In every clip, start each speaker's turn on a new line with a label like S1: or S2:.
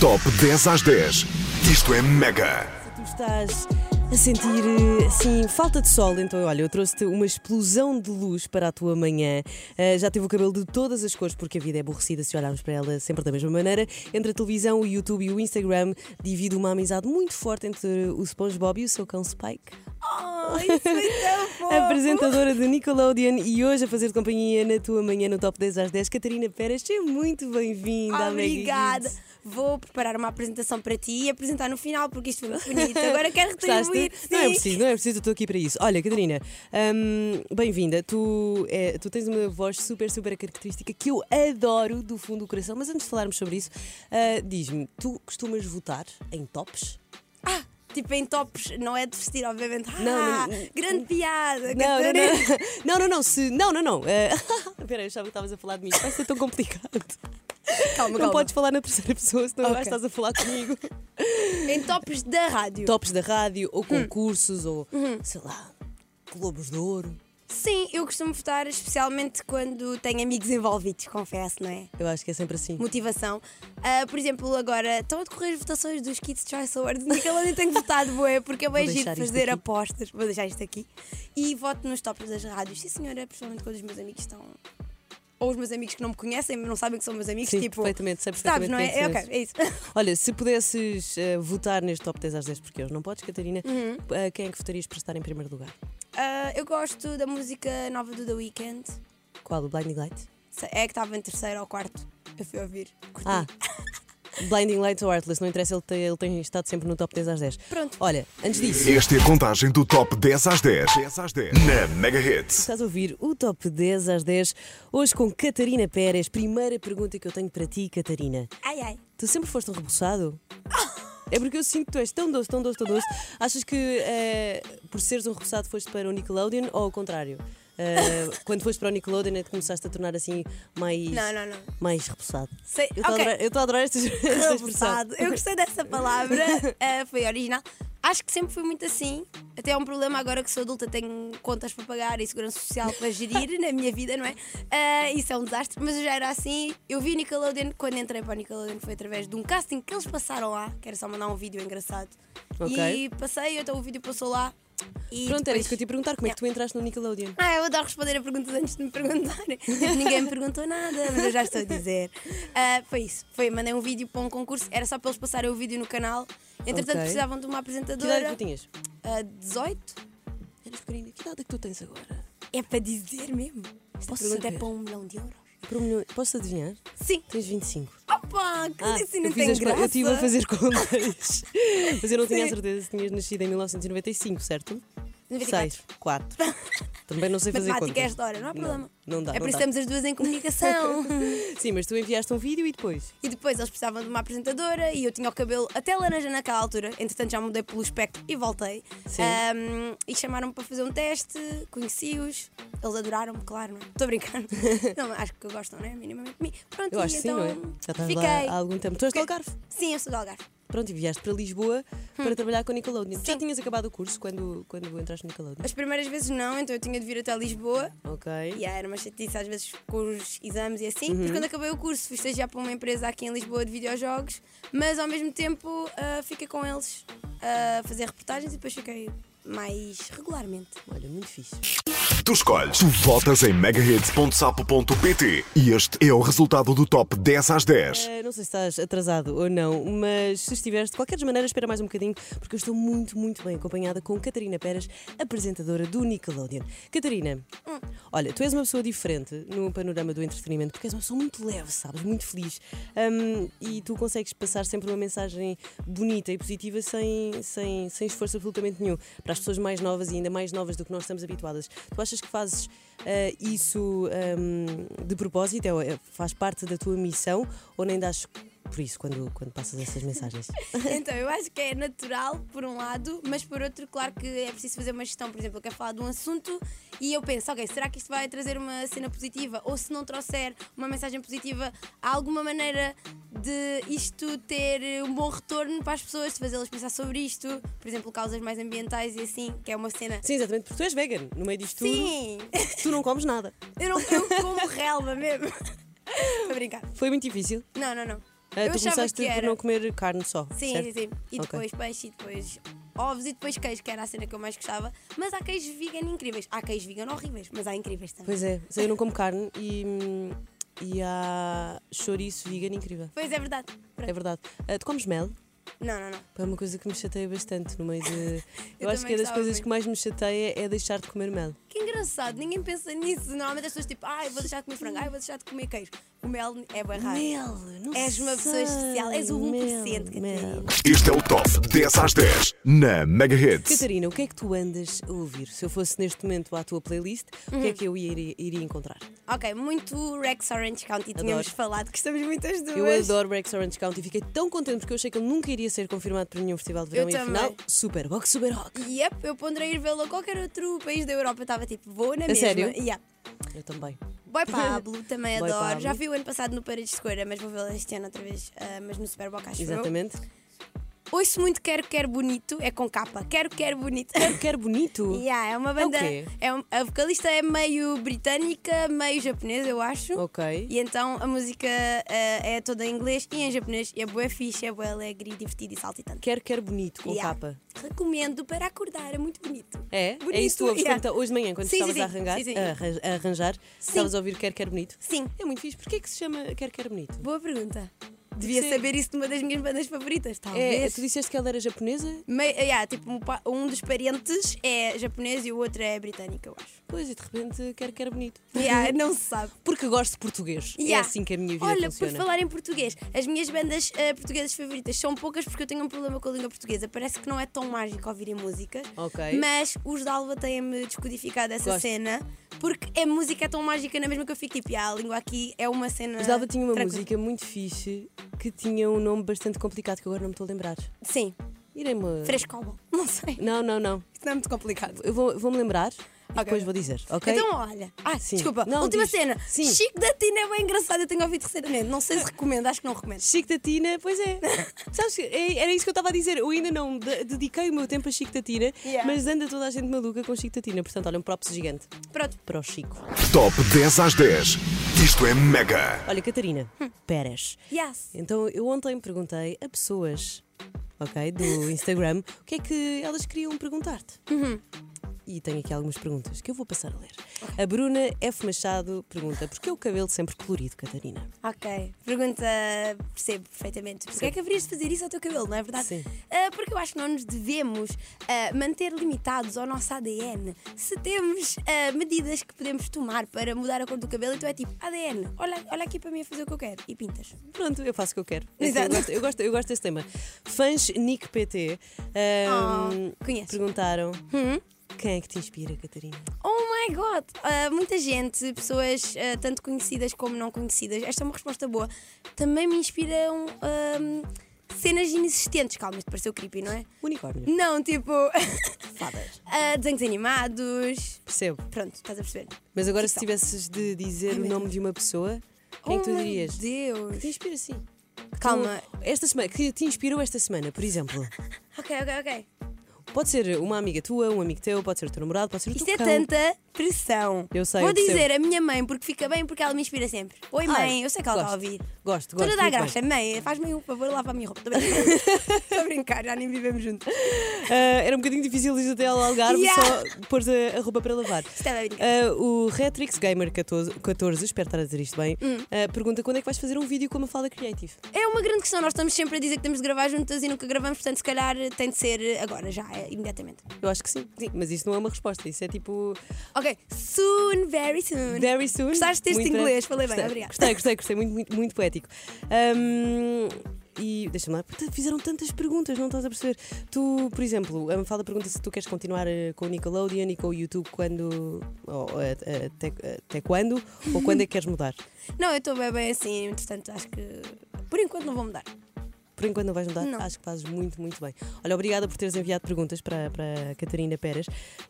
S1: Top 10 às 10. Isto é mega.
S2: Tu estás a sentir eh, assim falta de sol, então olha, eu trouxe-te uma explosão de luz para a tua manhã. Ah, já tive o cabelo de todas as cores, porque a vida é aborrecida se olharmos para ela sempre da mesma maneira. Entre a televisão, o YouTube e o Instagram, divido uma amizade muito forte entre o SpongeBob e o seu cão Spike.
S3: Oh,
S2: Apresentadora de Nickelodeon e hoje a fazer companhia na tua manhã no Top 10 às 10, Catarina Pérez, seja muito bem-vinda. à Mega
S3: Obrigada.
S2: Hits.
S3: Vou preparar uma apresentação para ti e apresentar no final, porque isto foi muito bonito. Agora quero retribuir.
S2: Gostaste? Não é
S3: sim.
S2: preciso, não é preciso, eu estou aqui para isso. Olha, Catarina, hum, bem-vinda. Tu, é, tu tens uma voz super, super característica que eu adoro do fundo do coração, mas antes de falarmos sobre isso, ah, diz-me, tu costumas votar em tops?
S3: Ah, tipo em tops, não é de vestir, obviamente. Ah,
S2: Não, não-
S3: grande
S2: Não,
S3: piada.
S2: não,
S3: Catarina.
S2: não. Não, não, não. Se, não, não, não. ah, Espera, eu achava que estavas a falar de mim. Vai ser tão complicado.
S3: Calma,
S2: Não
S3: calma.
S2: podes falar na terceira pessoa, senão agora
S3: Ok.
S2: estás a falar comigo.
S3: Em tops da rádio.
S2: tops da rádio,
S3: Hum.
S2: ou concursos, ou
S3: Uhum.
S2: sei lá, Globos de Ouro.
S3: Sim, eu costumo votar especialmente quando tenho amigos envolvidos, confesso, não é?
S2: Eu acho que é sempre assim.
S3: Motivação. Ah, por exemplo, agora estão a decorrer as votações dos Kids Choice Awards. Nickelodeon tenho votado, boé, porque eu
S2: Vou
S3: bem giro
S2: deixar isto
S3: fazer
S2: aqui.
S3: apostas. Vou deixar isto aqui. E voto nos tops das rádios. Sim, senhora, principalmente quando os meus amigos estão. Ou os meus amigos que não me conhecem, não sabem que são meus amigos.
S2: Sim,
S3: tipo,
S2: perfeitamente, sei
S3: Sabes,
S2: perfeitamente
S3: não é?
S2: quem
S3: É,
S2: são
S3: ok,
S2: esses.
S3: é isso.
S2: Olha, se pudesses eh, votar neste top 10 às 10, porque hoje não podes, Catarina, eh, quem é que votarias para estar em primeiro lugar?
S3: Ah, eu gosto da música nova do The Weeknd.
S2: Qual? O Blinding Light?
S3: Se- É que estava em terceiro ou quarto. Eu fui ouvir. Curti.
S2: Ah! Blinding Light ou Artless, não interessa, ele tem, ele tem estado sempre no top 10 às 10.
S3: Pronto.
S2: Olha, antes disso,
S1: Esta é a contagem do Top 10 às 10. 10 às 10. Na Mega Hits.
S2: Estás a ouvir o Top 10 às 10, hoje com Catarina Pérez. Primeira pergunta que eu tenho para ti, Catarina.
S3: Ai ai.
S2: Tu sempre foste um rebuçado? É porque eu sinto que tu és tão doce, tão doce, tão doce. Achas que eh, por seres um rebuçado foste para o Nickelodeon ou ao contrário? Eh, quando foste para o Nickelodeon é que começaste a tornar assim mais,
S3: Não, não, não.
S2: mais rebuçado.
S3: Sei-
S2: Eu estou
S3: ok.
S2: a adorar- eu estou a adorar estas
S3: Revoltado. Eu gostei dessa palavra, eh, foi original. Acho que sempre fui muito assim. Até é um problema agora que sou adulta, tenho contas para pagar e segurança social para gerir na minha vida, não é? Eh, isso é um desastre, mas eu já era assim. Eu vi Nickelodeon, quando entrei para o Nickelodeon foi através de um casting que eles passaram lá, que era só mandar um vídeo engraçado.
S2: Ok.
S3: E passei, então o vídeo passou lá. E
S2: Pronto, era isso que eu
S3: depois-
S2: te ia perguntar. Como é que tu entraste no Nickelodeon?
S3: ah, eu adoro responder a perguntas antes de me perguntarem. Tipo, Ninguém me perguntou nada, mas eu já estou a dizer. Ah, foi isso. Foi, mandei um vídeo para um concurso, era só para eles passarem o vídeo no canal. Entretanto,
S2: Ok.
S3: precisavam de uma
S2: Que idade é que tu
S3: apresentadora.
S2: tinhas?
S3: Ah, 18?
S2: Eras pequenina. Que idade é que tu tens agora?
S3: É para dizer mesmo. Esta
S2: Posso
S3: pergunta
S2: saber?
S3: é para um milhão de euros.
S2: Por um milhão- Posso adivinhar?
S3: Sim.
S2: Tens 25.
S3: Opa, que
S2: Ah,
S3: assim
S2: eu,
S3: não
S2: fiz
S3: tem
S2: as con-
S3: graça.
S2: eu estive a fazer contas, mas eu não tinha a
S3: Sim.
S2: certeza se tinhas nascido em 1995, certo?
S3: 94.
S2: 6, 4. Também não sei fazer
S3: Matemática é
S2: contas.
S3: esta hora, não há problema.
S2: não dá,
S3: É
S2: não
S3: por isso
S2: dá.
S3: estamos as duas em comunicação.
S2: Sim, mas tu enviaste um vídeo e depois.
S3: E depois eles precisavam de uma apresentadora e eu tinha o cabelo até laranja naquela altura, entretanto já mudei pelo espectro e voltei.
S2: Sim.
S3: Ahm, e chamaram-me para fazer um teste, conheci-os, eles adoraram-me, claro, não é? Estou a brincar. não, acho que gostam, não é? Minimamente de mim. Pronto,
S2: Eu
S3: e
S2: acho que sim,
S3: então
S2: não é? Já estás
S3: fiquei. Hum.
S2: lá há algum tempo. Tu és de Algarve.
S3: Sim, eu sou do Algarve.
S2: Pronto, e vieste para Lisboa para trabalhar com a Nickelodeon. Tu Já tinhas acabado o curso quando, quando entraste no Nickelodeon?
S3: As primeiras vezes não, então eu tinha de vir até Lisboa.
S2: Ok.
S3: E era uma chatice às vezes com os exames e assim. Mas quando acabei o curso, fui estagiar para uma empresa aqui em Lisboa de videojogos, mas ao mesmo tempo ah, fiquei com eles ah, a fazer reportagens e depois fiquei mais regularmente.
S2: Olha, muito fixe.
S1: Tu escolhes. Tu votas em megahits.sapo.pt. E este é o resultado do Top 10 às 10.
S2: Eh, não sei se estás atrasado ou não, mas se estiveres, de qualquer maneira, espera mais um bocadinho, porque eu estou muito, muito bem acompanhada com Catarina Pérez, apresentadora do Nickelodeon. Catarina, olha, tu és uma pessoa diferente no panorama do entretenimento, porque és uma pessoa muito leve, sabes? Muito feliz. Ahm, e tu consegues passar sempre uma mensagem bonita e positiva sem, sem, sem esforço absolutamente nenhum, para as pessoas mais novas e ainda mais novas do que nós estamos habituadas. Tu achas que fazes eh, isso ahm, de propósito? É- é- faz parte da tua missão ou nem dás por isso quando, quando passas essas mensagens?
S3: Então, eu acho que é natural, por um lado, mas por outro, claro que é preciso fazer uma gestão. Por exemplo, eu quero falar de um assunto e eu penso, ok, será que isto vai trazer uma cena positiva? Ou se não trouxer uma mensagem positiva, há alguma maneira de isto ter um bom retorno para as pessoas, de fazê-las pensar sobre isto? Por exemplo, causas mais ambientais e assim, que é uma cena.
S2: Sim, exatamente, porque tu és vegan. No meio disto
S3: Sim!
S2: tudo, tu não comes nada.
S3: Eu não eu como relva mesmo. Para brincar.
S2: Foi muito difícil.
S3: Não, não, não.
S2: Ah,
S3: Eu
S2: tu
S3: achava
S2: começaste
S3: que
S2: por
S3: era.
S2: não comer carne só.
S3: Sim,
S2: certo?
S3: sim, sim. E
S2: Ok.
S3: depois peixe, e depois ovos, e depois queijo, que era a cena que eu mais gostava. Mas há queijos vegan incríveis. Há queijos vegan horríveis, mas há incríveis também.
S2: Pois é, eu não como carne e, hum, e há chouriço vegan incrível.
S3: Pois é verdade. Pronto.
S2: É verdade. Ah, tu comes mel?
S3: Não, não, não.
S2: Pá, É uma coisa que me chateia bastante no meio de. Eu,
S3: Eu
S2: acho que
S3: também
S2: é das
S3: gostava
S2: coisas
S3: muito.
S2: que mais me chateia é deixar de comer mel.
S3: Que engraçado, ninguém pensa nisso. Normalmente as pessoas tipo, ai, vou deixar de comer frango, ai, vou deixar de comer queijo. O mel é bem raro.
S2: Mel, não
S3: És uma pessoa
S2: sei.
S3: especial, és o 1%,
S2: Mel,
S3: Catarina.
S2: mel.
S1: Este é o Top 10 às 10 na Megahits.
S2: Catarina, o que é que tu andas a ouvir? Se eu fosse neste momento à tua playlist, o que
S3: Uhum.
S2: é que eu iria, iria encontrar?
S3: Ok, muito Rex Orange County, tínhamos falado que estamos muitas duas.
S2: Eu adoro Rex Orange County, fiquei tão contente porque eu achei que ele nunca iria ser confirmado para nenhum festival de verão
S3: Eu
S2: e afinal,
S3: também.
S2: super rock, super rock.
S3: Yep, eu ponderei ir vê-lo a qualquer outro país da Europa. Eu estava tipo, vou na
S2: A
S3: mesma.
S2: sério?
S3: Yep.
S2: Eu também.
S3: Boy Pablo, também
S2: Boy
S3: adoro.
S2: Pablo.
S3: Já vi o ano passado no Paredes de Escoeira, mas vou vê-lo este ano outra vez, ah, mas no Super Boca, acho eu.
S2: Exatamente.
S3: Ouço muito Quero Quero Bonito, é com capa. Quero Quero Bonito.
S2: Quero bonito.
S3: yeah, é uma banda.
S2: quê?
S3: é um- a vocalista é meio britânica, meio japonesa, eu acho.
S2: Ok.
S3: E então a música ah, é toda em inglês e em japonês. E é boa fixe, é boa alegre, e divertida e saltitante.
S2: Quero, quero bonito, com
S3: Yeah.
S2: capa.
S3: Recomendo para acordar, é muito bonito.
S2: É?
S3: Bonito,
S2: é isso que tu ouves
S3: yeah.
S2: quando- hoje de manhã, quando
S3: Sim,
S2: estavas
S3: sim,
S2: a
S3: sim.
S2: arranjar,
S3: Sim, sim.
S2: a arran- a arranjar estavas a ouvir Quer Quer Bonito?
S3: Sim.
S2: É muito fixe. Porquê é que se chama Quer Quer Bonito?
S3: Boa pergunta. Devia
S2: ser-
S3: saber isso de uma das minhas bandas favoritas,
S2: É,
S3: talvez.
S2: tu disseste que ela era japonesa?
S3: Mei- ah, yeah, tipo, um, pa- um dos parentes é japonês e o outro é britânico, eu acho.
S2: Pois, e de repente Quer Quer Bonito.
S3: Yeah, não se sabe.
S2: Porque gosto de português. Uhum. É
S3: Yeah.
S2: assim que a minha vida
S3: Olha,
S2: funciona.
S3: por falar em português, as minhas bandas ah, portuguesas favoritas são poucas porque eu tenho um problema com a língua portuguesa. Parece que não é tão mágico ouvirem músicas.
S2: Ok.
S3: Mas os da Alba têm-me descodificado essa
S2: Gosto.
S3: cena porque a música é tão mágica na mesma que eu fico tipo, "Ah, a língua aqui é uma cena.
S2: Mas Dalva tinha uma
S3: tranquila."
S2: música muito fixe que tinha um nome bastante complicado que agora não me estou a lembrar.
S3: Sim,
S2: Irei-me.
S3: frescoba. Não sei.
S2: Não, não, não.
S3: Isso não é muito complicado.
S2: Eu vou- vou-me lembrar e
S3: Ok.
S2: depois vou dizer, ok?
S3: Então, olha. Ah,
S2: Sim.
S3: desculpa.
S2: Não,
S3: Última
S2: diz.
S3: cena.
S2: Sim.
S3: Chico da Tina é bem engraçado. Eu tenho ouvido recentemente. Não sei se recomendo, acho que não recomendo.
S2: Chico da Tina, pois é. Sabes, que é- era isso que eu estava a dizer. Eu ainda não de- dediquei o meu tempo a Chico da Tina,
S3: Yeah.
S2: mas anda toda a gente maluca com Chico da Tina. Portanto, olha, um props gigante
S3: Pronto.
S2: para o Chico.
S1: Top 10 às 10. Isto é Mega.
S2: Olha, Catarina Pérez.
S3: Yes.
S2: Então, eu ontem perguntei a pessoas, ok, do Instagram, o que é que elas queriam perguntar-te. E tenho aqui algumas perguntas que eu vou passar a ler. A Bruna F. Machado pergunta: Porquê o cabelo sempre colorido, Catarina?
S3: Ok. Pergunta, percebo perfeitamente. Porquê é que haverias de fazer isso ao teu cabelo, não é verdade?
S2: Sim.
S3: Ah, porque eu acho que não nos devemos ah, manter limitados ao nosso ADN. Se temos ah, medidas que podemos tomar para mudar a cor do cabelo, então é tipo, ADN, olha, olha aqui para mim a fazer o que eu quero. E pintas.
S2: Pronto, eu faço o que eu quero. Assim,
S3: Exato.
S2: Eu gosto, eu, gosto, eu gosto desse tema. Fãs Nick PT ahm,
S3: Oh, Hum? conheço.
S2: perguntaram quem é que te inspira, Catarina?
S3: Oh my god! Ah, muita gente, pessoas ah, tanto conhecidas como não conhecidas, esta é uma resposta boa. Também me inspiram ahm, cenas inexistentes. Calma, isto pareceu creepy, não é?
S2: Unicórnio.
S3: Não, tipo.
S2: Fadas.
S3: ah, desenhos animados.
S2: Percebo.
S3: Pronto, estás a perceber?
S2: Mas agora,
S3: Então.
S2: se tivesses de dizer o nome de uma pessoa, quem é que
S3: oh
S2: tu
S3: meu
S2: dirias? Que te
S3: Deus!
S2: inspira, sim. Que tu-
S3: Calma.
S2: esta semana, que te inspirou esta semana, por exemplo?
S3: Ok, ok, ok.
S2: Pode ser uma amiga tua, um amigo teu, pode ser o teu namorado, pode ser o
S3: Isto
S2: teu
S3: é
S2: cão.
S3: tanta pressão.
S2: Eu sei,
S3: Vou
S2: eu percebo.
S3: dizer a minha mãe, porque fica bem, porque ela me inspira sempre. Oi,
S2: Ai,
S3: mãe, eu sei que ela está a
S2: gosto,
S3: ouvir.
S2: gosto,
S3: Toda
S2: gosto,
S3: da
S2: muito
S3: graxa, mãe, faz-me um favor, lava a minha roupa. Estou a brincar. Estou a brincar, já nem vivemos juntos.
S2: Ah, era um bocadinho difícil ir até ao Algarve
S3: Yeah.
S2: só pôr a, a roupa para lavar.
S3: Estava a brincar.
S2: Ah, o Retrix Gamer 14, 14, espero estar a dizer isto bem, ah, pergunta quando é que vais fazer um vídeo com a Mafalda Creative.
S3: É uma grande questão, nós estamos sempre a dizer que temos de gravar juntas e nunca gravamos, portanto, se calhar eh, tem de ser agora, já, é, imediatamente.
S2: Eu acho que sim, mas isso não é uma resposta, isso é tipo
S3: Ok, soon, very soon.
S2: very soon.
S3: Gostaste deste
S2: muito breve.
S3: inglês, falei bem,
S2: Gostei,
S3: obrigada.
S2: Gostei, gostei, gostei, muito, muito, muito poético. Ahm, e deixa-me lá, puta, fizeram tantas perguntas, não estás a perceber. Tu, por exemplo, a Mafalda pergunta se tu queres continuar eh, com o Nickelodeon e com o YouTube quando. ou, eh, eh, até, até quando? ou quando é que queres mudar?
S3: Não, eu estou bem, bem assim, entretanto, acho que por enquanto não vou mudar.
S2: Por enquanto não vais mudar?
S3: Não.
S2: Acho que fazes muito, muito bem. Olha, obrigada por teres enviado perguntas para, para a Catarina Pérez.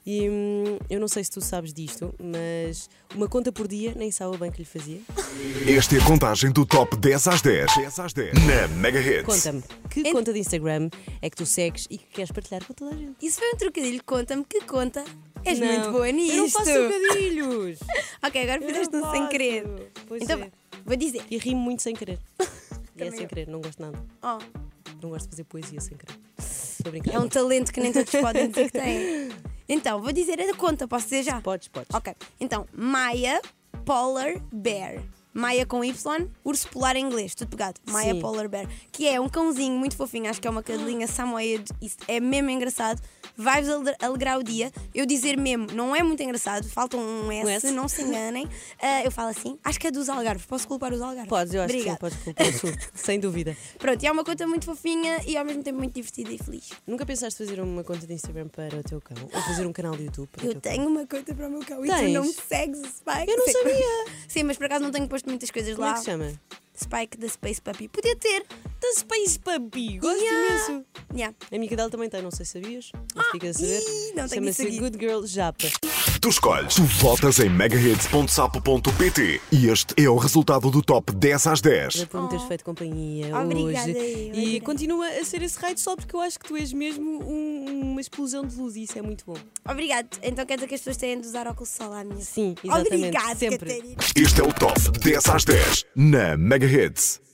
S2: E hum, eu não sei se tu sabes disto, mas uma conta por dia nem sabe bem que lhe fazia.
S1: Esta é a contagem do Top 10 às 10. 10 às 10 na Megahits.
S2: Conta-me, que
S3: Ent-
S2: conta de Instagram é que tu segues e que queres partilhar com toda a gente?
S3: Isso foi um trocadilho, conta-me que conta. És
S2: Não,
S3: muito boa nisto.
S2: Eu não faço trocadilhos!
S3: Ok, agora
S2: Eu
S3: fizeste
S2: não
S3: um sem
S2: faço.
S3: querer.
S2: Pois
S3: então,
S2: é.
S3: vá, vou dizer.
S2: E rimo muito sem querer. E é
S3: Também
S2: sem
S3: eu.
S2: querer, não gosto nada.
S3: Oh,
S2: Não gosto de fazer poesia sem querer. Estou a brincar.
S3: é um talento que nem todos podem dizer que têm. Então, vou dizer a conta, posso dizer já?
S2: Podes, podes.
S3: Ok, então, Maya Polar Bear. Maia com Y, urso polar em inglês, tudo pegado. Maia
S2: Sim.
S3: Polar Bear. Que é um cãozinho muito fofinho, acho que é uma cadelinha samoyed. Isso é mesmo engraçado. Vai-vos ale- alegrar o dia. Eu dizer mesmo, não é muito engraçado, falta um S,
S2: S.
S3: não se enganem. Ah, eu falo assim, acho que é dos algarves, posso culpar os algarves?
S2: Podes, eu acho
S3: Obrigada.
S2: que sim, podes culpar o Sem dúvida.
S3: Pronto, e é uma conta muito fofinha e ao mesmo tempo muito divertida e feliz.
S2: Nunca pensaste fazer uma conta de Instagram para o teu cão? Ou fazer um canal de YouTube para o
S3: Eu
S2: teu
S3: tenho uma conta para o meu cão e
S2: Tens?
S3: tu não me segues, Spike.
S2: Eu não
S3: Sim.
S2: sabia.
S3: Sim, mas por acaso não tenho posto muitas coisas
S2: Como
S3: lá.
S2: é que se chama?
S3: Spike da Space Puppy. Podia ter.
S2: The Space Puppy. Gosto
S3: Yeah.
S2: imenso.
S3: Yeah.
S2: A amiga dela também tem, não sei se sabias. Mas fica a saber.
S3: Ah, ih, não tenho
S2: Chama-se
S3: seguido.
S2: Good Girl Japa.
S1: Tu escolhes, tu votas em megahits.sapo.pt e este é o resultado do top 10 às 10.
S2: Por me teres feito companhia
S3: Oh. Obrigada,
S2: hoje.
S3: eu
S2: e
S3: adorei.
S2: continua a ser esse raio só porque eu acho que tu és mesmo um- uma explosão de luz e isso é muito bom.
S3: Obrigado. Então quer dizer que as pessoas têm de usar óculos de sol à minha.
S2: Sim, exatamente.
S3: Obrigada,
S1: é
S2: Sempre.
S3: Catarina.
S1: Este é o top 10 às 10 na Megahits.